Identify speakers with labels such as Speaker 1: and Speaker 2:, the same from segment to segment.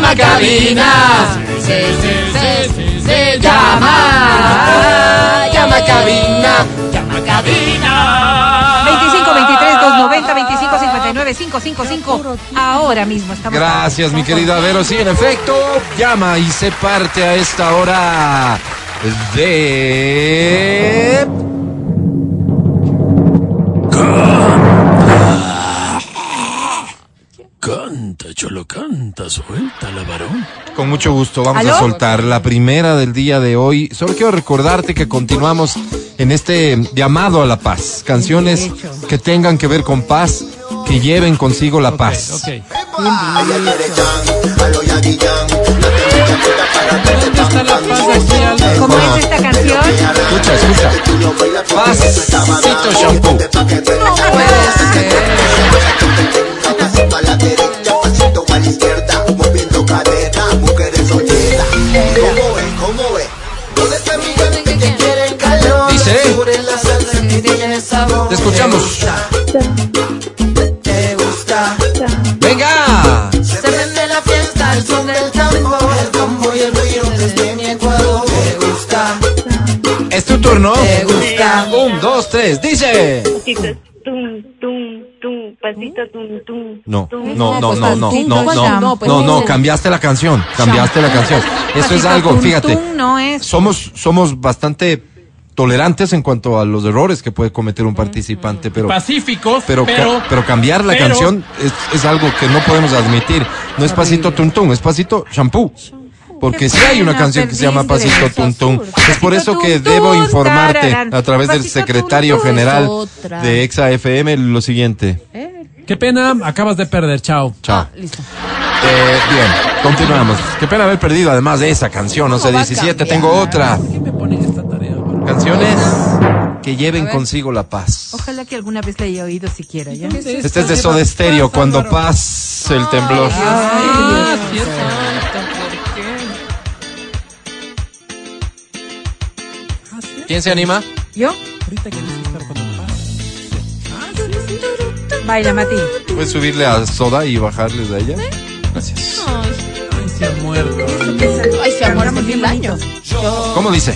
Speaker 1: la cabina. Se llama, llama cabina, llama cabina.
Speaker 2: 25, 23, 290, 25, 59, 555. Ahora mismo estamos.
Speaker 1: Gracias, mi querida Vero. Sí, en efecto, llama y se parte a esta hora de.
Speaker 3: Canta, cholo, canta, suelta la varón.
Speaker 1: Con mucho gusto, vamos
Speaker 2: ¿Aló?
Speaker 1: a soltar la primera del día de hoy. Solo quiero recordarte que continuamos en este llamado a la paz. Canciones que tengan que ver con paz, que lleven consigo la paz.
Speaker 4: ¿Dónde está la paz aquí, Alex?
Speaker 2: ¿Cómo es esta canción?
Speaker 1: Escucha, escucha. Pasito shampoo.
Speaker 4: Pasito a la derecha, pasito a la izquierda, moviendo cadera, mujeres solteras. ¿Cómo es? ¿Cómo es? ¿Dónde está mi gente que quiere el calor?
Speaker 1: Dice.
Speaker 4: Descubre la salsa que tiene sabor.
Speaker 1: Te escuchamos.
Speaker 4: Te gusta.
Speaker 1: Venga.
Speaker 4: Se prende la fiesta al son del tambor. El tambor y el río desde mi Ecuador. Te gusta.
Speaker 1: Es tu turno.
Speaker 4: Te gusta.
Speaker 1: Un, dos, tres, dice.
Speaker 5: Pasito, ¿Mm? tum, tum, tum, pasito, tum, tum.
Speaker 1: No,
Speaker 5: tum.
Speaker 1: no,
Speaker 2: pues,
Speaker 1: no, no, no,
Speaker 2: Pasito
Speaker 1: no, no, no,
Speaker 2: shampoo.
Speaker 1: no, no, cambiaste la canción, cambiaste la canción. Eso es
Speaker 2: Pasito
Speaker 1: algo,
Speaker 2: tum,
Speaker 1: fíjate.
Speaker 2: tum, No es.
Speaker 1: somos, somos bastante tolerantes en cuanto a los errores que puede cometer un participante, pero,
Speaker 3: Pacíficos,
Speaker 1: pero,
Speaker 3: pero,
Speaker 1: ca- pero, cambiar la
Speaker 3: pero-
Speaker 1: canción es, es algo que no podemos admitir. No es pasito tuntún, es pasito shampoo. Porque
Speaker 2: Qué
Speaker 1: sí hay una
Speaker 2: pena,
Speaker 1: canción que se llama
Speaker 2: perdiste.
Speaker 1: Pasito Tuntún. Es por
Speaker 2: Pasito
Speaker 1: eso que
Speaker 2: tuntún,
Speaker 1: debo informarte
Speaker 2: tararán.
Speaker 1: a través del
Speaker 2: Pasito
Speaker 1: secretario
Speaker 2: tuntún.
Speaker 1: general
Speaker 6: Es otra.
Speaker 1: de Exa FM lo siguiente.
Speaker 3: Qué pena, acabas de perder, chao.
Speaker 1: Chao.
Speaker 6: Listo.
Speaker 1: Eh, bien, continuamos. Qué pena haber perdido además de esa canción, no sé,
Speaker 6: va a
Speaker 1: 17,
Speaker 6: cambiar?
Speaker 1: tengo otra.
Speaker 3: ¿Por qué me ponen esta tarea?
Speaker 1: Canciones que lleven consigo la paz.
Speaker 2: Ojalá que alguna vez la haya oído siquiera, ¿ya?
Speaker 1: Este es de Soda Stereo, cuando pasa el temblor.
Speaker 3: Ah, cierto.
Speaker 1: ¿Quién se anima?
Speaker 2: ¿Yo?
Speaker 3: Ahorita que dices estar cuando pasa.
Speaker 2: Baila, Mati.
Speaker 1: ¿Puedes subirle a Soda y bajarles a ella? Gracias.
Speaker 3: Ay, se ha muerto.
Speaker 6: Ay, se amor, por mil años.
Speaker 1: ¿Cómo dice?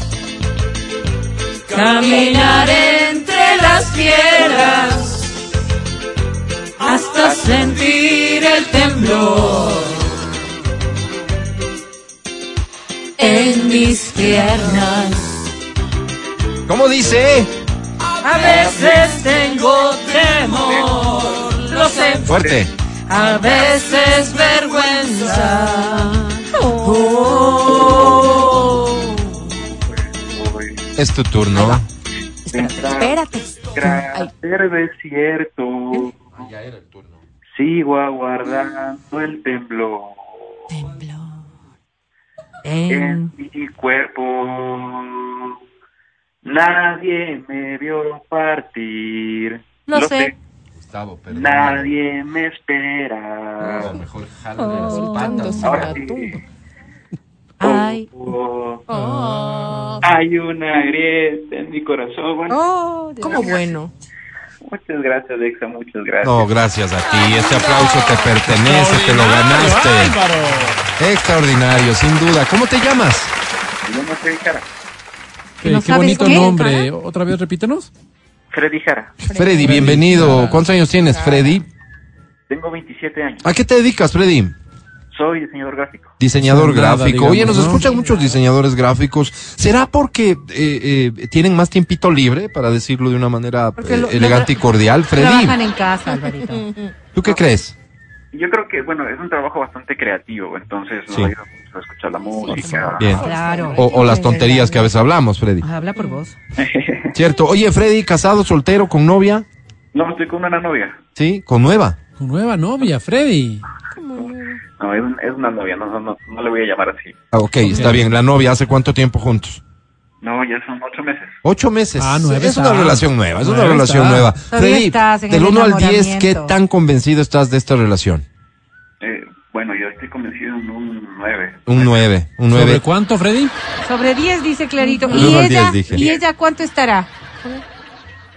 Speaker 7: Caminar entre las piedras hasta sentir el temblor en mis piernas.
Speaker 1: ¿Cómo dice?
Speaker 7: A veces tengo temor, lo sé,
Speaker 1: Fuerte.
Speaker 7: a veces vergüenza.
Speaker 1: Es tu turno.
Speaker 6: Espérate. Ay,
Speaker 8: Ser desierto,
Speaker 1: Ah, Ya era el turno.
Speaker 8: sigo aguardando el temblor
Speaker 6: tembló.
Speaker 2: Eh,
Speaker 8: en mi cuerpo. Nadie me vio partir.
Speaker 2: Lo sé.
Speaker 1: Gustavo, perdón.
Speaker 8: Nadie me espera.
Speaker 1: No, mejor jala de las patas.
Speaker 6: Entonces,
Speaker 8: Ahora
Speaker 6: la
Speaker 8: sí.
Speaker 6: tumba.
Speaker 2: Ay.
Speaker 8: Oh, Hay una grieta en mi corazón. Bueno,
Speaker 2: Oh, Dios.
Speaker 6: ¿Cómo bueno?
Speaker 2: Oh.
Speaker 8: muchas gracias, Dexa, muchas gracias.
Speaker 1: No, gracias a ti. Este aplauso te pertenece, te lo ganaste.
Speaker 3: Álvaro.
Speaker 1: Extraordinario, sin duda. ¿Cómo te llamas?
Speaker 8: Yo no soy Jara.
Speaker 3: Qué,
Speaker 2: no
Speaker 3: qué
Speaker 2: sabes
Speaker 3: bonito
Speaker 2: qué, ¿eh?
Speaker 3: nombre. Otra vez, repítenos.
Speaker 8: Freddy Jara.
Speaker 1: Freddy, bienvenido. ¿Cuántos años tienes, Freddy?
Speaker 8: Tengo 27 años.
Speaker 1: ¿A qué te dedicas, Freddy?
Speaker 8: Soy diseñador gráfico.
Speaker 1: Diseñador
Speaker 3: Nada,
Speaker 1: gráfico.
Speaker 3: digamos,
Speaker 1: Oye, nos
Speaker 3: ¿no?
Speaker 1: escuchan muchos diseñadores gráficos. ¿Será porque eh, eh, tienen más tiempito libre, para decirlo de una manera
Speaker 2: Porque
Speaker 1: eh,
Speaker 2: lo-
Speaker 1: elegante y
Speaker 2: lo-
Speaker 1: cordial?
Speaker 2: Trabajan
Speaker 1: Freddy,
Speaker 2: en casa, Alvarito.
Speaker 1: ¿tú qué crees?
Speaker 8: Yo creo que, bueno, es un trabajo bastante creativo, entonces nos
Speaker 1: Sí.
Speaker 8: ayuda mucho a escuchar la música.
Speaker 1: Bien.
Speaker 2: Claro.
Speaker 1: O, o las tonterías que a veces hablamos, Freddy.
Speaker 2: Habla por vos.
Speaker 1: Cierto. Oye, Freddy, casado, soltero, con novia,
Speaker 8: No, estoy con una novia.
Speaker 1: ¿sí? Con nueva.
Speaker 3: Tu nueva novia, Freddy.
Speaker 8: No, es, un- es una novia, no, no, no, no le voy a llamar así.
Speaker 1: Ah, ok, está bien. La novia, ¿hace cuánto tiempo juntos?
Speaker 8: No, ya son ocho meses.
Speaker 1: Ocho meses.
Speaker 3: Ah, nueve
Speaker 1: es una
Speaker 3: está.
Speaker 1: relación nueva, es una
Speaker 3: Nueve
Speaker 1: relación
Speaker 3: está.
Speaker 1: nueva.
Speaker 2: Todavía
Speaker 1: Freddy,
Speaker 2: estás en
Speaker 1: del
Speaker 2: el
Speaker 1: 1 al 10, ¿qué
Speaker 2: enamoramiento.
Speaker 1: tan convencido estás de esta relación?
Speaker 8: Eh, bueno, yo estoy convencido en un nueve.
Speaker 1: Un 9, un
Speaker 3: ¿Sobre
Speaker 1: 9.
Speaker 3: cuánto, Freddy?
Speaker 2: Sobre 10 dice Clarito.
Speaker 1: Del
Speaker 2: ¿Y
Speaker 1: uno al
Speaker 2: ella,
Speaker 1: diez, dije.
Speaker 2: ¿Y ella cuánto estará?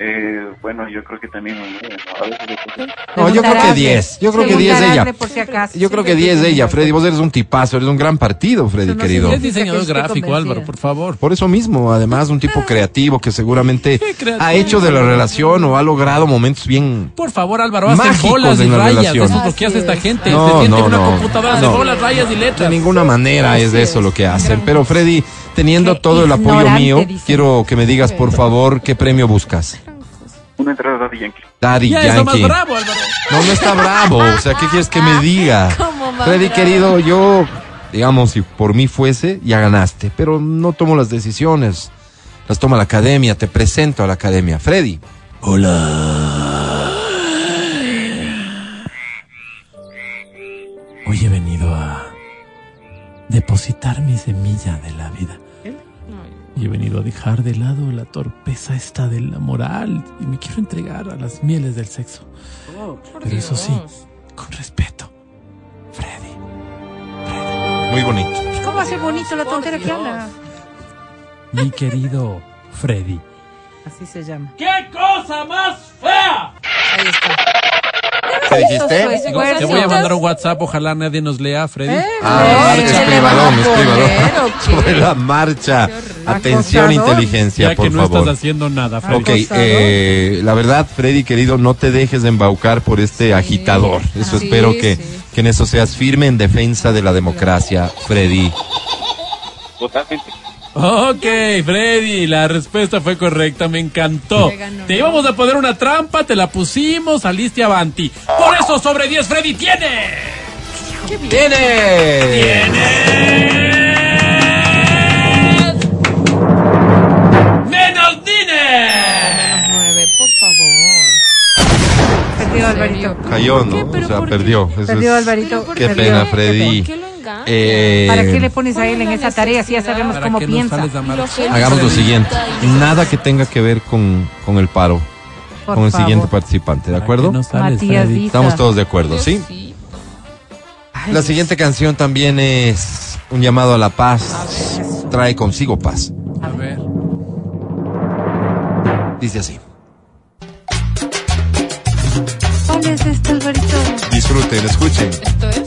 Speaker 8: Eh, bueno, yo creo que también un nueve, ¿no? A veces le puse-
Speaker 1: No, yo creo que
Speaker 2: Preguntarásle.
Speaker 1: 10. Yo creo que 10 ella.
Speaker 2: Preguntarásle por si acaso.
Speaker 1: Yo creo que 10 ella, Freddy. Vos eres un tipazo, eres un gran partido, Freddy,
Speaker 2: Eso no
Speaker 1: querido.
Speaker 2: significa-
Speaker 3: Es diseñador
Speaker 2: Estoy
Speaker 3: gráfico,
Speaker 2: convencida.
Speaker 3: Álvaro, por favor.
Speaker 1: Por eso mismo, además, un tipo creativo que seguramente
Speaker 3: Qué creativo.
Speaker 1: ha hecho de la relación o ha logrado momentos bien.
Speaker 3: Por favor, Álvaro, hacen
Speaker 1: Mágicos
Speaker 3: bolas y
Speaker 1: en la
Speaker 3: rayas.
Speaker 1: relación.
Speaker 3: Eso es lo que hace
Speaker 2: Así
Speaker 3: esta
Speaker 2: es.
Speaker 3: gente.
Speaker 1: No,
Speaker 3: Se siente
Speaker 1: no,
Speaker 3: en una
Speaker 1: no.
Speaker 3: computadora, hace
Speaker 1: No.
Speaker 3: bolas, rayas y letras.
Speaker 1: De ninguna manera es de eso lo que hacen. Pero Freddy, teniendo
Speaker 2: Qué
Speaker 1: todo el apoyo
Speaker 2: ignorante,
Speaker 1: mío,
Speaker 2: dice.
Speaker 1: quiero que me digas, por favor, qué premio buscas.
Speaker 8: Una entrada de Daddy Yankee.
Speaker 1: Daddy
Speaker 3: Ya es lo más
Speaker 1: Yankee.
Speaker 3: bravo, Álvaro.
Speaker 1: No, no está bravo. O sea, ¿qué quieres que me diga?
Speaker 6: ¿Cómo va
Speaker 1: Freddy,
Speaker 6: bravo?
Speaker 1: querido, yo, digamos, si por mí fuese, ya ganaste. Pero no tomo las decisiones. Las toma la academia. Te presento a la academia. Freddy.
Speaker 3: Hoy he venido a depositar mi semilla de la vida. Y he venido a dejar de lado la torpeza esta de la moral y me quiero entregar a las mieles del sexo. Pero eso sí, con respeto. Freddy.
Speaker 1: Muy bonito.
Speaker 2: ¿Cómo hace bonito la tontera que habla?
Speaker 3: Mi querido Freddy.
Speaker 2: Así se llama.
Speaker 7: ¡Qué cosa más fea!
Speaker 1: ¿Qué dijiste?
Speaker 2: Te
Speaker 3: Te voy a mandar un WhatsApp, ojalá nadie nos lea, Freddy.
Speaker 1: Ah,
Speaker 2: Ay,
Speaker 1: marcha,
Speaker 2: se
Speaker 1: es
Speaker 2: le va a
Speaker 1: privadón, es
Speaker 2: poner,
Speaker 1: privadón.
Speaker 2: ¿o qué?
Speaker 1: Sobre la marcha. Atención,
Speaker 2: Acosador.
Speaker 1: inteligencia,
Speaker 3: ya que
Speaker 1: por
Speaker 3: no
Speaker 1: favor.
Speaker 3: estás haciendo nada, Freddy.
Speaker 1: Ok, eh, la verdad, Freddy, querido, no te dejes de embaucar por este agitador. Eso
Speaker 2: Ah, Sí,
Speaker 1: espero que,
Speaker 2: sí.
Speaker 1: que en eso seas firme en defensa de la democracia, Freddy.
Speaker 8: Totalmente.
Speaker 3: Ok, Freddy, la respuesta fue correcta, me encantó.
Speaker 6: Me ganó.
Speaker 3: Te íbamos a poner una trampa, te la pusimos, saliste avanti. Por eso sobre 10 Freddy tiene.
Speaker 1: ¡Tiene!
Speaker 3: ¡Menos Dine!
Speaker 2: Nueve, por favor. Perdió Alvarito.
Speaker 1: Cayó, ¿no?
Speaker 6: ¿Por qué?
Speaker 1: O
Speaker 6: ¿Pero
Speaker 1: sea,
Speaker 6: por qué?
Speaker 1: perdió. Eso
Speaker 2: Perdió
Speaker 1: es-
Speaker 2: Alvarito.
Speaker 1: Qué
Speaker 2: perdió.
Speaker 1: pena, Freddy.
Speaker 6: ¿Por qué lo engañas?
Speaker 1: Eh,
Speaker 2: ¿Para qué le pones a
Speaker 6: ¿Cuál
Speaker 2: él
Speaker 6: es
Speaker 2: en
Speaker 6: la
Speaker 2: esa tarea si ya
Speaker 6: necesidad?
Speaker 2: sabemos
Speaker 3: Para
Speaker 2: cómo
Speaker 3: que no
Speaker 2: piensa?
Speaker 3: sales a amar.
Speaker 1: Hagamos lo siguiente. Nada que tenga que ver con, con el paro,
Speaker 2: Por
Speaker 1: con el
Speaker 2: favor.
Speaker 1: siguiente participante, ¿de
Speaker 3: Para
Speaker 1: acuerdo?
Speaker 3: que no sales,
Speaker 2: Matías
Speaker 3: Freddy.
Speaker 2: dice.
Speaker 1: Estamos todos de acuerdo, ¿sí?
Speaker 6: Sí.
Speaker 2: Ay,
Speaker 1: La siguiente canción también es un llamado a la paz. Trae consigo paz.
Speaker 3: A ver.
Speaker 1: Dice así.
Speaker 2: ¿Cuál es este Alvarito?
Speaker 1: Disfruten, escuchen.
Speaker 6: Esto es.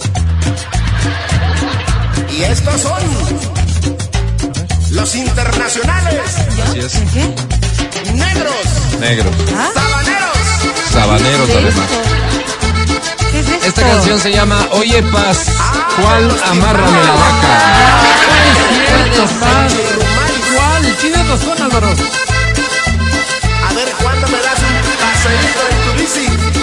Speaker 4: Y estos son los internacionales
Speaker 1: Así es.
Speaker 2: ¿Qué?
Speaker 4: negros,
Speaker 1: Negros,
Speaker 4: ¿Ah? sabaneros.
Speaker 1: sabaneros además.
Speaker 2: ¿Qué es esto?
Speaker 1: Esta canción se llama Oye Paz, ¿cuál amárrame la vaca?
Speaker 3: ¿Cuál? Tienes razón, Álvaro.
Speaker 4: A ver cuándo me das un paseíto en tu bici.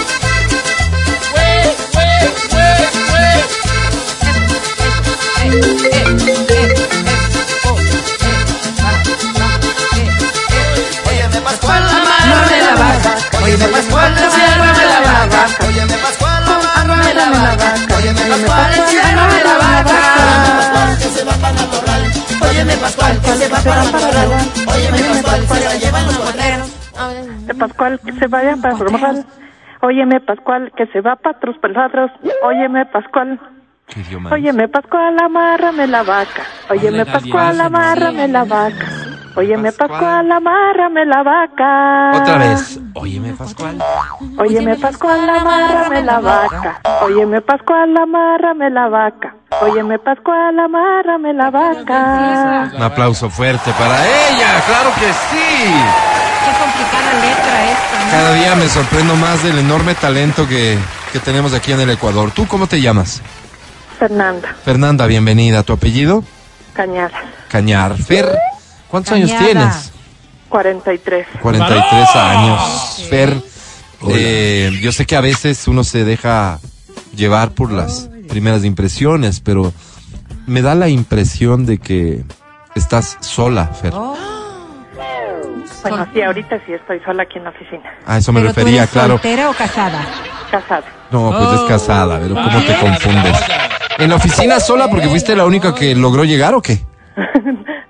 Speaker 4: Oye, me Pascual, amárrame la vaca. Oye, me Pascual, amárrame la vaca. Oye, me Pascual, amárrame la vaca. Oye, me Pascual, amárrame la vaca. Que se va para Matorral. Oye, me Pascual, que se va para Matorral. Oye, me Pascual, que la llevan los boteros.
Speaker 5: De ¿Este Pascual, que se vaya para Normal. Óyeme, Pascual, que se va para tus peladros. Óyeme, Pascual. Óyeme, Pascual, amárrame la vaca. Óyeme,
Speaker 3: Ponle
Speaker 5: Pascual,
Speaker 3: gallinas, ¿no?
Speaker 5: amárrame la vaca. Óyeme,
Speaker 1: Pascual.
Speaker 5: Pascual, amárrame la vaca.
Speaker 1: Otra vez. Óyeme, Pascual.
Speaker 5: Óyeme, Pascual, amárrame la vaca. Óyeme, Pascual, amárrame la vaca. Óyeme, Pascual, amárrame la vaca.
Speaker 1: Un aplauso fuerte para ella, claro que sí.
Speaker 2: Qué complicada letra esta.
Speaker 1: Cada día me sorprendo más del enorme talento que, que tenemos aquí en el Ecuador. ¿Tú cómo te llamas?
Speaker 5: Fernanda,
Speaker 1: Fernanda, bienvenida. ¿Tu apellido?
Speaker 5: Cañada,
Speaker 1: Cañar. Fer, ¿cuántos años
Speaker 2: Cañada.
Speaker 1: tienes?
Speaker 5: 43.
Speaker 1: 43 años. Fer, eh, yo sé que a veces uno se deja llevar por las primeras impresiones, pero me da la impresión de que estás sola, Fer.
Speaker 2: Oh,
Speaker 5: Bueno, sí, ahorita sí estoy sola aquí en la oficina.
Speaker 1: A eso me
Speaker 2: Pero tú
Speaker 1: refería,
Speaker 2: eres
Speaker 1: claro.
Speaker 2: soltera o casada?
Speaker 5: Casada.
Speaker 1: No, pues es casada, pero ¿cómo te confundes? ¿En la oficina sola porque fuiste la única que logró llegar o qué?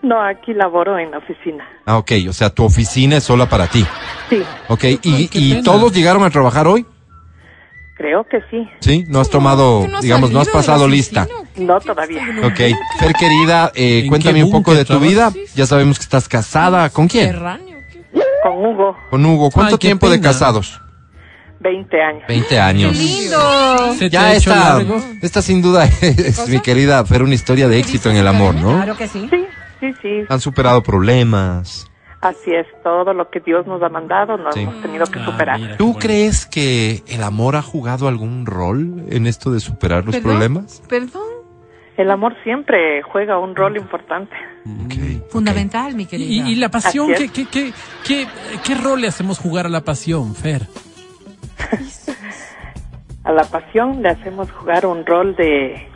Speaker 5: No, aquí laboro en la oficina.
Speaker 1: Ah, ok, o sea, tu oficina es sola para ti.
Speaker 5: Sí,
Speaker 1: Ok, ¿y,
Speaker 3: qué
Speaker 1: y
Speaker 3: pena.
Speaker 1: todos llegaron a trabajar hoy?
Speaker 5: creo que sí.
Speaker 1: ¿Sí? ¿No has tomado, digamos, no has pasado lista?
Speaker 5: No todavía.
Speaker 1: Ok, Fer querida, eh,
Speaker 3: ¿En
Speaker 1: cuéntame
Speaker 3: qué
Speaker 1: un poco de
Speaker 3: búnker
Speaker 1: tu vida. Ya sabemos que estás casada. ¿Con quién?
Speaker 6: Erráneo. ¿qué?
Speaker 5: con Hugo,
Speaker 1: Con Hugo, ¿cuánto
Speaker 3: Ay, qué
Speaker 1: tiempo de
Speaker 3: pena.
Speaker 1: casados?
Speaker 5: 20 años.
Speaker 1: 20 años.
Speaker 2: lindo.
Speaker 3: ¿Se te
Speaker 1: Ya
Speaker 3: ha hecho
Speaker 1: esta,
Speaker 3: largo?
Speaker 1: esta sin duda es, mi querida, pero una historia de éxito en el amor, ¿no?
Speaker 2: Claro que sí.
Speaker 5: Sí, sí, sí.
Speaker 1: Han superado problemas.
Speaker 5: Así es, todo lo que Dios nos ha mandado lo
Speaker 1: Sí.
Speaker 5: hemos tenido que
Speaker 3: Ah,
Speaker 5: superar.
Speaker 3: mira, qué
Speaker 1: ¿Tú
Speaker 3: bonito.
Speaker 1: crees que el amor ha jugado algún rol en esto de superar los
Speaker 2: ¿Perdón?
Speaker 1: problemas?
Speaker 2: Perdón.
Speaker 5: El amor siempre juega un rol importante.
Speaker 1: Ok, ok.
Speaker 2: Fundamental, mi
Speaker 3: Y,
Speaker 2: querida.
Speaker 3: y- y la pasión,
Speaker 5: Así
Speaker 3: ¿qué,
Speaker 5: es.
Speaker 3: qué, qué, qué, qué rol le hacemos jugar a la pasión, Fer?
Speaker 5: A la pasión le hacemos jugar un rol de,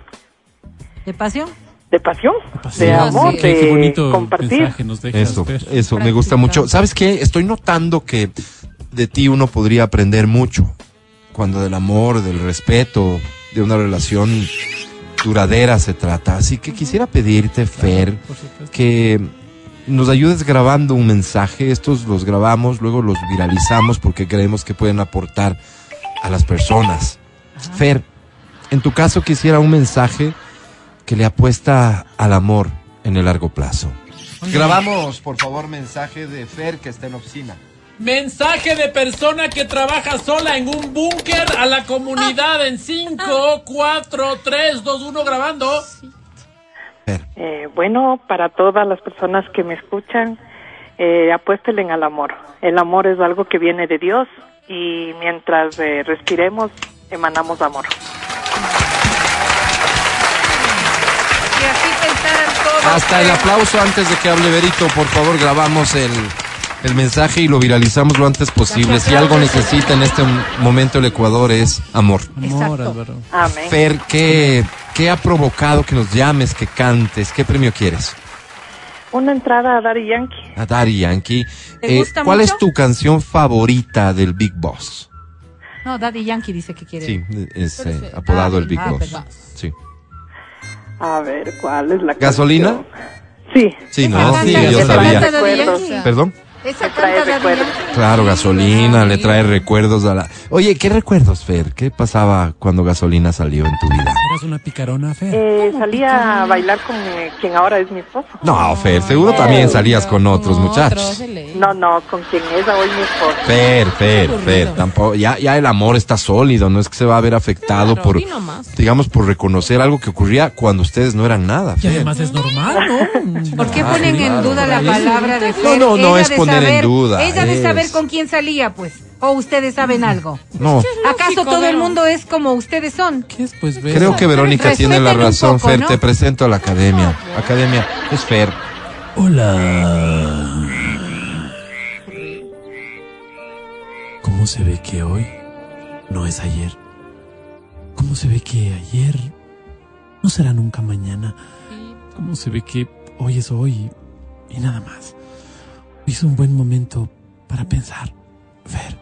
Speaker 2: ¿De pasión?
Speaker 5: de pasión,
Speaker 3: La pasión,
Speaker 5: de
Speaker 2: Ah,
Speaker 5: amor,
Speaker 2: sí.
Speaker 3: Qué, qué
Speaker 5: de
Speaker 3: bonito
Speaker 5: compartir.
Speaker 3: mensaje nos dejas,
Speaker 1: Eso, Eh.
Speaker 3: Fer.
Speaker 1: eso, me gusta
Speaker 2: Práctica.
Speaker 1: mucho. ¿Sabes qué? Estoy notando que de ti uno podría aprender mucho. Cuando del amor, del respeto, de una relación duradera se trata. Así que quisiera pedirte, Fer,
Speaker 3: Por supuesto.
Speaker 1: que nos ayudes grabando un mensaje. Estos los grabamos, luego los viralizamos porque creemos que pueden aportar a las personas. Fer, en tu caso quisiera un mensaje que le apuesta al amor en el largo plazo. Grabamos, por favor, mensaje de Fer que está en oficina.
Speaker 3: Mensaje de persona que trabaja sola en un búnker a la comunidad en 5, 4, 3, 2, 1 grabando.
Speaker 5: Eh, bueno, para todas las personas que me escuchan, eh, apuéstelen al amor. El amor es algo que viene de Dios y mientras eh, respiremos, emanamos amor.
Speaker 2: Que así pensaran todos.
Speaker 1: Hasta el aplauso antes de que hable Berito, por favor, grabamos el, el mensaje y lo viralizamos lo antes posible. Si algo necesita en este momento el Ecuador es amor.
Speaker 3: Amor, Álvaro.
Speaker 5: Amén.
Speaker 1: Fer, ¿qué, qué ha provocado que nos llames, que cantes? ¿Qué premio quieres?
Speaker 5: Una entrada a Daddy Yankee.
Speaker 1: A Daddy Yankee. Eh,
Speaker 2: ¿Te gusta
Speaker 1: ¿Cuál
Speaker 2: mucho?
Speaker 1: es tu canción favorita del Big Boss?
Speaker 2: No, Daddy Yankee dice que quiere.
Speaker 1: Sí, es eh, apodado el Big
Speaker 2: ah,
Speaker 1: Boss.
Speaker 2: perdón.
Speaker 1: Sí.
Speaker 5: A ver, ¿cuál es la
Speaker 1: ¿Gasolina?
Speaker 5: canción? Sí.
Speaker 1: Sí,
Speaker 2: Esa
Speaker 1: no,
Speaker 2: canta-
Speaker 1: sí,
Speaker 2: esa
Speaker 1: yo
Speaker 2: canta
Speaker 1: sabía.
Speaker 2: Daddy
Speaker 5: Recuerdos.
Speaker 2: Yankee.
Speaker 1: ¿Perdón?
Speaker 2: Esa
Speaker 5: trae
Speaker 2: canta Daddy
Speaker 5: recuerdos.
Speaker 2: Yankee.
Speaker 1: Claro,
Speaker 2: Sí,
Speaker 1: gasolina,
Speaker 2: ¿verdad?
Speaker 1: le trae recuerdos a la... Oye, ¿qué recuerdos, Fer? ¿Qué pasaba cuando gasolina salió en tu vida?
Speaker 3: Eras una picarona, Fer.
Speaker 5: Eh, salí a bailar con eh, quien ahora es mi esposo.
Speaker 1: No, Fer, seguro también salías con otros muchachos.
Speaker 5: No, no, con quien es hoy mi esposo.
Speaker 1: Fer, Fer, Fer, tampoco, ya, ya el amor está sólido, no es que se va a ver afectado
Speaker 9: Claro,
Speaker 1: por,
Speaker 9: di nomás.
Speaker 1: digamos, por reconocer algo que ocurría cuando ustedes no eran nada.
Speaker 3: Y
Speaker 1: Fer.
Speaker 3: además es normal, ¿no?
Speaker 2: ¿Por qué
Speaker 1: Ah,
Speaker 2: ponen en
Speaker 1: claro.
Speaker 2: duda la palabra de Fer?
Speaker 1: no, no
Speaker 2: Ella
Speaker 1: es
Speaker 2: de
Speaker 1: poner en
Speaker 2: saber-
Speaker 1: duda,
Speaker 2: Ella de
Speaker 1: es-
Speaker 2: saber con quién salía, pues. O ustedes saben algo.
Speaker 1: No,
Speaker 2: ¿Acaso todo el
Speaker 9: Vero.
Speaker 2: mundo es como ustedes son?
Speaker 3: ¿Qué es, pues, Vero?
Speaker 1: creo que Verónica
Speaker 2: Respeten
Speaker 1: tiene la
Speaker 2: un
Speaker 1: razón,
Speaker 2: poco,
Speaker 1: Fer,
Speaker 2: ¿no?
Speaker 1: te presento a la academia. Academia, es Fer.
Speaker 3: Hola. ¿Cómo se ve que hoy no es ayer? ¿Cómo se ve que ayer no será nunca mañana? ¿Cómo se ve que hoy es hoy y nada más? Hoy es un buen momento para pensar. Fer,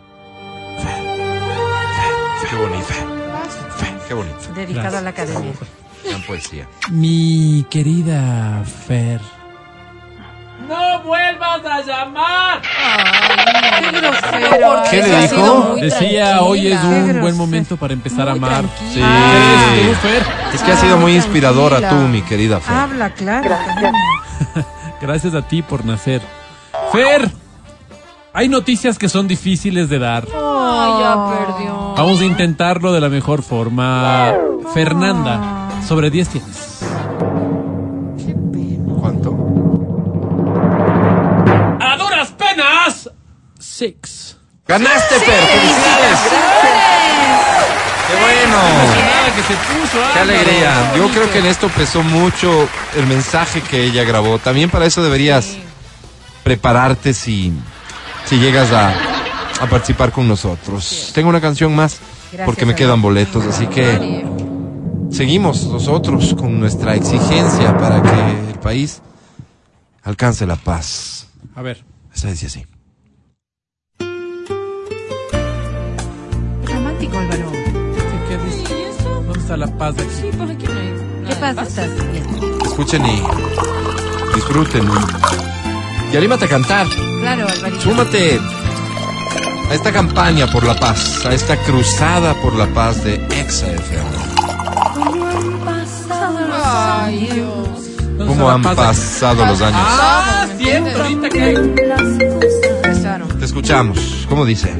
Speaker 3: Fer,
Speaker 1: Qué bonito. Qué bonito.
Speaker 2: Dedicado a la academia.
Speaker 1: Gran poesía.
Speaker 3: mi querida Fer.
Speaker 7: ¡No vuelvas a llamar!
Speaker 2: Qué grosero.
Speaker 6: ¿eh?
Speaker 1: ¿Qué le
Speaker 9: Eso ha
Speaker 1: dijo?
Speaker 9: sido muy
Speaker 3: Decía,
Speaker 9: tranquila.
Speaker 3: hoy es
Speaker 2: Qué
Speaker 3: un
Speaker 2: grosero.
Speaker 3: buen momento para empezar a
Speaker 2: Muy
Speaker 3: amar.
Speaker 1: Sí.
Speaker 2: tranquila.
Speaker 9: Ah.
Speaker 3: ¿Eres tú, Fer?
Speaker 1: Es que ha sido muy
Speaker 2: Ah,
Speaker 1: inspiradora tú,
Speaker 2: tranquila.
Speaker 1: mi querida Fer.
Speaker 2: Habla, claro.
Speaker 5: Gracias.
Speaker 3: Gracias a ti por nacer. Fer, hay noticias que son difíciles de dar.
Speaker 9: Ay, ya perdió.
Speaker 3: Vamos a intentarlo de la mejor forma. Fernanda, sobre 10 tienes.
Speaker 1: ¿Cuánto?
Speaker 7: ¡A duras penas!
Speaker 3: Six.
Speaker 1: ¡Ganaste, Fer! ¡Felicidades! ¡Qué bueno!
Speaker 3: Nada que se puso. ah,
Speaker 1: Qué
Speaker 3: Álvaro.
Speaker 1: alegría. Yo creo que en esto pesó mucho el mensaje que ella grabó. También para eso deberías prepararte si, si llegas a, a participar con nosotros. Tengo una canción más
Speaker 2: Gracias,
Speaker 1: porque me
Speaker 2: Álvaro.
Speaker 1: quedan boletos, así que seguimos nosotros con nuestra exigencia para que el país alcance la paz.
Speaker 3: A ver.
Speaker 1: Esa decía así.
Speaker 2: Romántico, Álvaro.
Speaker 3: ¿Qué dice?
Speaker 9: ¿Y eso?
Speaker 3: ¿Dónde está la paz de aquí?
Speaker 9: Sí, pues aquí no hay.
Speaker 2: ¿Qué pasa? Estás bien.
Speaker 1: Escuchen y disfruten. Y anímate a cantar.
Speaker 2: Claro, Alvarito.
Speaker 1: Súmate a esta campaña por la paz, a esta cruzada por la paz de Exa FM.
Speaker 9: Ay, Dios.
Speaker 3: ¿Dónde
Speaker 1: ¿Cómo Ah, han
Speaker 3: está la paz de aquí?
Speaker 1: pasado los años?
Speaker 3: Ah, siempre ahorita que hay.
Speaker 9: Empezaron.
Speaker 1: escuchamos. ¿Cómo dice?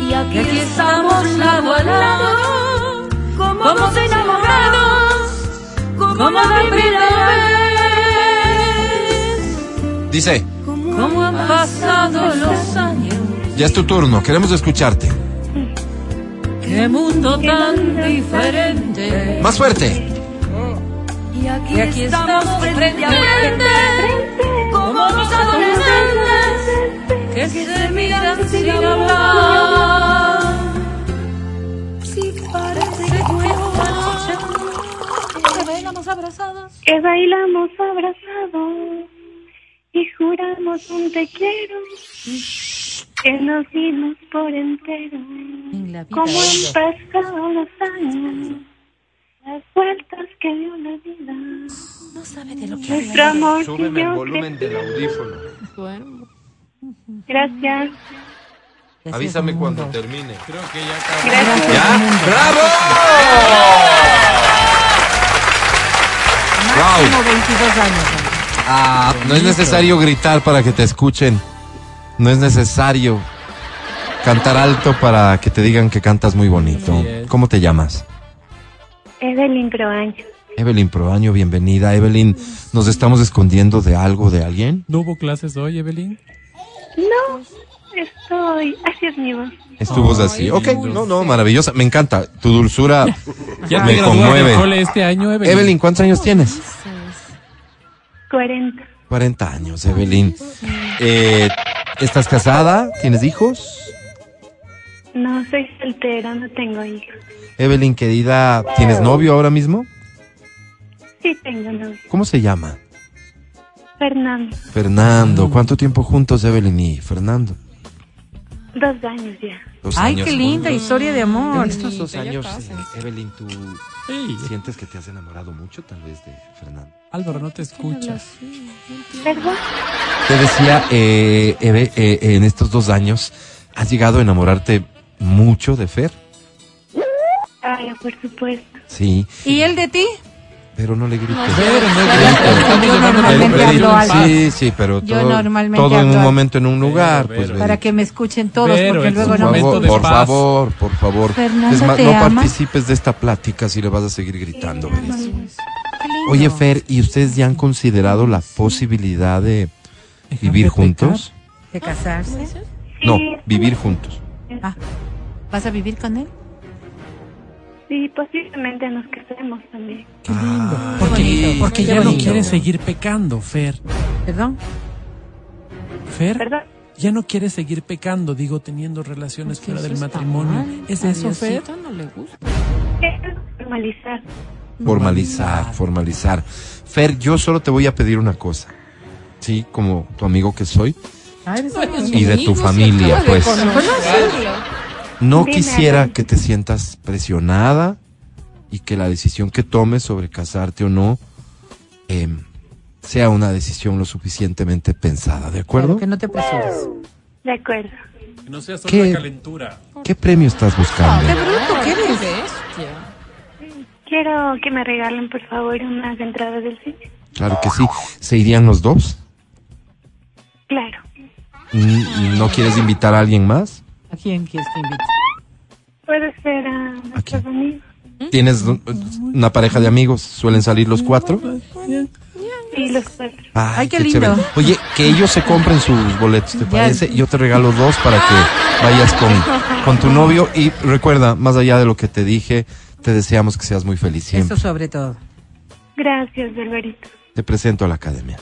Speaker 6: Y aquí, estamos lado a lado, como enamorados, como la primera vez.
Speaker 1: Dice,
Speaker 6: Como han pasado los años,
Speaker 1: ya es tu turno, queremos escucharte.
Speaker 6: qué mundo tan diferente.
Speaker 1: Más fuerte.
Speaker 6: Y aquí, estamos frente a frente, como los adolescentes que se miran sin hablar. Si parece que fue anoche, que bailamos abrazados.
Speaker 10: Que bailamos abrazados y juramos un te quiero. Que nos dimos por entero. Como han pasado los años, las vueltas que dio la vida.
Speaker 6: No sabe de lo que
Speaker 10: Nuestro
Speaker 6: habla.
Speaker 10: amor
Speaker 1: Súbeme el
Speaker 10: siguió
Speaker 1: volumen del audífono.
Speaker 9: Duermo.
Speaker 10: creciendo. Gracias.
Speaker 1: Avísame cuando termine.
Speaker 10: Gracias.
Speaker 1: ¿Ya? ¡Bravo! ¡Wow!
Speaker 2: Máximo 22 años.
Speaker 1: Ah, no es necesario gritar para que te escuchen. No es necesario cantar alto para que te digan que cantas muy bonito. ¿Cómo te llamas?
Speaker 10: Evelyn Proancho.
Speaker 1: Evelyn Proaño, bienvenida. Evelyn, ¿nos estamos escondiendo de algo, de alguien?
Speaker 3: ¿No hubo clases hoy, Evelyn?
Speaker 10: No, estoy. Así es mi voz.
Speaker 1: Estuvo
Speaker 3: Ay,
Speaker 1: así. Ok,
Speaker 3: lindo.
Speaker 1: no, no, maravillosa. Me encanta. Tu dulzura
Speaker 3: ¿Ya
Speaker 1: me
Speaker 3: te graduaste del
Speaker 1: conmueve.
Speaker 3: cole este año, Evelyn?
Speaker 1: Evelyn, ¿cuántos años tienes?
Speaker 10: 40.
Speaker 1: 40 años, Evelyn. Eh, ¿Estás casada? ¿Tienes hijos?
Speaker 10: No, soy soltera, no tengo hijos.
Speaker 1: Evelyn, querida, ¿tienes novio ahora mismo?
Speaker 10: Sí tengo novio.
Speaker 1: ¿Cómo se llama?
Speaker 10: Fernando,
Speaker 1: Fernando, ¿cuánto tiempo juntos Evelyn y Fernando?
Speaker 10: dos años ya.
Speaker 1: Dos
Speaker 2: Ay,
Speaker 1: años
Speaker 2: qué linda
Speaker 1: juntos.
Speaker 2: historia de amor.
Speaker 1: En estos dos
Speaker 9: Bonita, ya
Speaker 1: años,
Speaker 9: casi.
Speaker 1: eh, Evelyn, ¿tú
Speaker 3: Ey,
Speaker 1: sientes que te has enamorado mucho tal vez de Fernando?
Speaker 3: Álvaro, no te escuchas.
Speaker 10: ¿Verdad?
Speaker 1: Te decía, eh, Eve, eh, en estos dos años, ¿has llegado a enamorarte mucho de Fer?
Speaker 10: Ay, por supuesto.
Speaker 1: Sí,
Speaker 2: ¿Y él de ti?
Speaker 1: pero no le grites.
Speaker 3: Pero no
Speaker 1: Pero-
Speaker 3: grites, estamos
Speaker 2: Yo
Speaker 3: llevando
Speaker 2: normalmente
Speaker 3: la
Speaker 2: hablo
Speaker 3: conversación en
Speaker 1: Sí,
Speaker 2: alto.
Speaker 1: sí, pero
Speaker 2: Yo
Speaker 1: todo,
Speaker 2: normalmente
Speaker 1: todo en
Speaker 2: hablo
Speaker 1: un
Speaker 2: alto.
Speaker 1: momento en un lugar.
Speaker 3: Pero,
Speaker 1: pues,
Speaker 3: pero,
Speaker 1: Evelyn.
Speaker 2: Para que me escuchen todos,
Speaker 3: Pero
Speaker 2: porque
Speaker 3: es
Speaker 2: luego
Speaker 1: Por
Speaker 3: un
Speaker 2: no me...
Speaker 3: momento
Speaker 1: favor,
Speaker 3: de
Speaker 1: por
Speaker 3: paz.
Speaker 1: favor, por favor.
Speaker 2: Fernando,
Speaker 1: Es más,
Speaker 2: ¿te
Speaker 1: no
Speaker 2: ama?
Speaker 1: participes de esta plática si le vas a seguir gritando. Beris.
Speaker 2: Qué lindo.
Speaker 1: Oye, Fer, ¿y ustedes ya han considerado la posibilidad de
Speaker 3: Dejar
Speaker 1: vivir
Speaker 3: de
Speaker 1: juntos?
Speaker 2: ¿De casarse?
Speaker 10: Sí,
Speaker 1: No, vivir juntos.
Speaker 2: ¿Vas a vivir con él?
Speaker 10: Sí, posiblemente nos casemos también.
Speaker 3: Qué lindo.
Speaker 1: Ah,
Speaker 2: Qué
Speaker 3: Porque,
Speaker 2: bonito,
Speaker 3: porque
Speaker 2: qué
Speaker 3: ya no
Speaker 2: bonito.
Speaker 3: quiere seguir pecando, Fer.
Speaker 2: ¿Perdón?
Speaker 3: Fer,
Speaker 10: ¿Verdad?
Speaker 3: ya no quiere seguir pecando, digo, teniendo relaciones
Speaker 9: Porque
Speaker 3: fuera
Speaker 9: eso
Speaker 3: del
Speaker 9: está
Speaker 3: matrimonio.
Speaker 9: mal.
Speaker 3: ¿Es
Speaker 9: A
Speaker 3: eso, Fer?
Speaker 9: Diosito no le gusta.
Speaker 10: Quiero formalizar.
Speaker 1: Formalizar, formalizar. Fer, yo solo te voy a pedir una cosa. Sí, como tu amigo que soy. Y de tu familia, pues. No
Speaker 10: Dime,
Speaker 1: quisiera
Speaker 10: Alan.
Speaker 1: que te sientas presionada y que la decisión que tomes sobre casarte o no em, sea una decisión lo suficientemente pensada, ¿de acuerdo?
Speaker 2: Claro, que no te presiones.
Speaker 10: De acuerdo.
Speaker 3: No sea solo
Speaker 1: ¿Qué?
Speaker 3: la calentura.
Speaker 1: ¿Qué premio estás buscando?
Speaker 2: ¡Qué bruto que
Speaker 9: ¿Qué
Speaker 2: eres!
Speaker 9: bestia?
Speaker 10: Quiero que me regalen, por favor, unas entradas del cine.
Speaker 1: Claro que sí. ¿Se irían los dos?
Speaker 10: Claro.
Speaker 1: Mm, ¿No quieres invitar a alguien más?
Speaker 2: ¿A quién quieres que invite?
Speaker 10: Puede ser a nuestros
Speaker 1: Aquí.
Speaker 10: amigos.
Speaker 1: ¿Tienes un- una pareja de amigos? ¿Suelen salir los cuatro?
Speaker 10: Y los cuatro.
Speaker 2: Ay, qué lindo.
Speaker 1: chévere. Oye, que ellos se compren sus boletos, ¿te
Speaker 2: Ya.
Speaker 1: parece? Yo te regalo dos para que vayas con, con tu novio. Y recuerda, más allá de lo que te dije, te deseamos que seas muy feliz
Speaker 2: Eso
Speaker 1: siempre.
Speaker 2: sobre todo.
Speaker 10: Gracias, Alvarito.
Speaker 1: Te presento a la academia.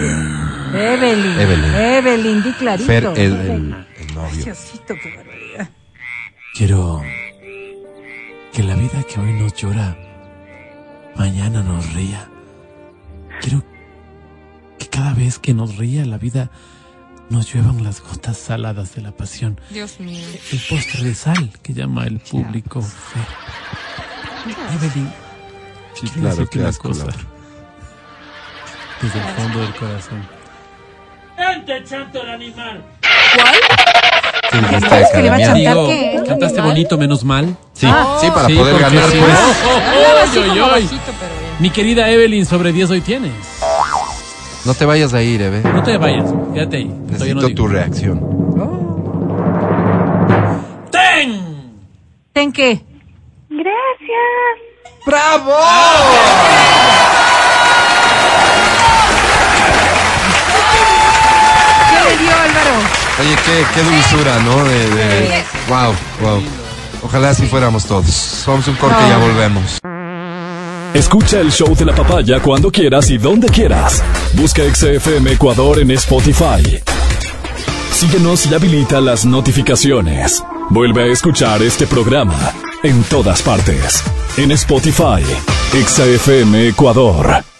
Speaker 2: Evelyn.
Speaker 1: Evelyn.
Speaker 2: Evelyn. di clarito.
Speaker 1: Fer, el, el- el novio.
Speaker 2: Diosito, qué barbaridad.
Speaker 3: Quiero que la vida que hoy nos llora, mañana nos ría. Quiero que cada vez que nos ría la vida, nos lluevan las gotas saladas de la pasión.
Speaker 9: Dios mío.
Speaker 3: El postre de sal que llama el público Fer. Evelyn,
Speaker 1: Sí,
Speaker 3: quiero
Speaker 1: claro,
Speaker 3: decirte
Speaker 1: qué
Speaker 3: una
Speaker 1: asco,
Speaker 3: cosa.
Speaker 1: Laura.
Speaker 3: Desde el fondo del corazón.
Speaker 7: ¡Vente, chanto el animal!
Speaker 1: Sí, ya está,
Speaker 2: ¿Sabes que le va a Ah.
Speaker 1: academia.
Speaker 2: chantar
Speaker 3: Digo,
Speaker 2: qué?
Speaker 3: cantaste bonito, menos mal.
Speaker 1: Sí, sí, para
Speaker 3: Sí,
Speaker 1: poder
Speaker 3: porque
Speaker 1: ganar.
Speaker 3: sí.
Speaker 1: pues.
Speaker 3: Oh, oh, oh,
Speaker 9: Hablaba así
Speaker 3: oy,
Speaker 9: como
Speaker 3: oy.
Speaker 9: bajito, pero bien.
Speaker 3: Mi querida Evelyn, sobre 10 hoy tienes.
Speaker 1: No te vayas a ir, Eve.
Speaker 3: No te vayas, quédate ahí. Todavía
Speaker 1: Necesito
Speaker 3: no
Speaker 1: tu
Speaker 3: digo.
Speaker 1: reacción.
Speaker 3: ¡Ten!
Speaker 2: ¿Ten qué?
Speaker 10: Gracias.
Speaker 2: ¡Bravo! ¿Qué le dio Álvaro?
Speaker 1: Oye, qué, qué dulzura, ¿no? De, de... Wow, wow. Ojalá así fuéramos todos. Vamos a un corte y ya volvemos.
Speaker 4: Escucha el show de la papaya cuando quieras y donde quieras. Busca XFM Ecuador en Spotify. Síguenos y habilita las notificaciones. Vuelve a escuchar este programa en todas partes. En Spotify, XFM Ecuador.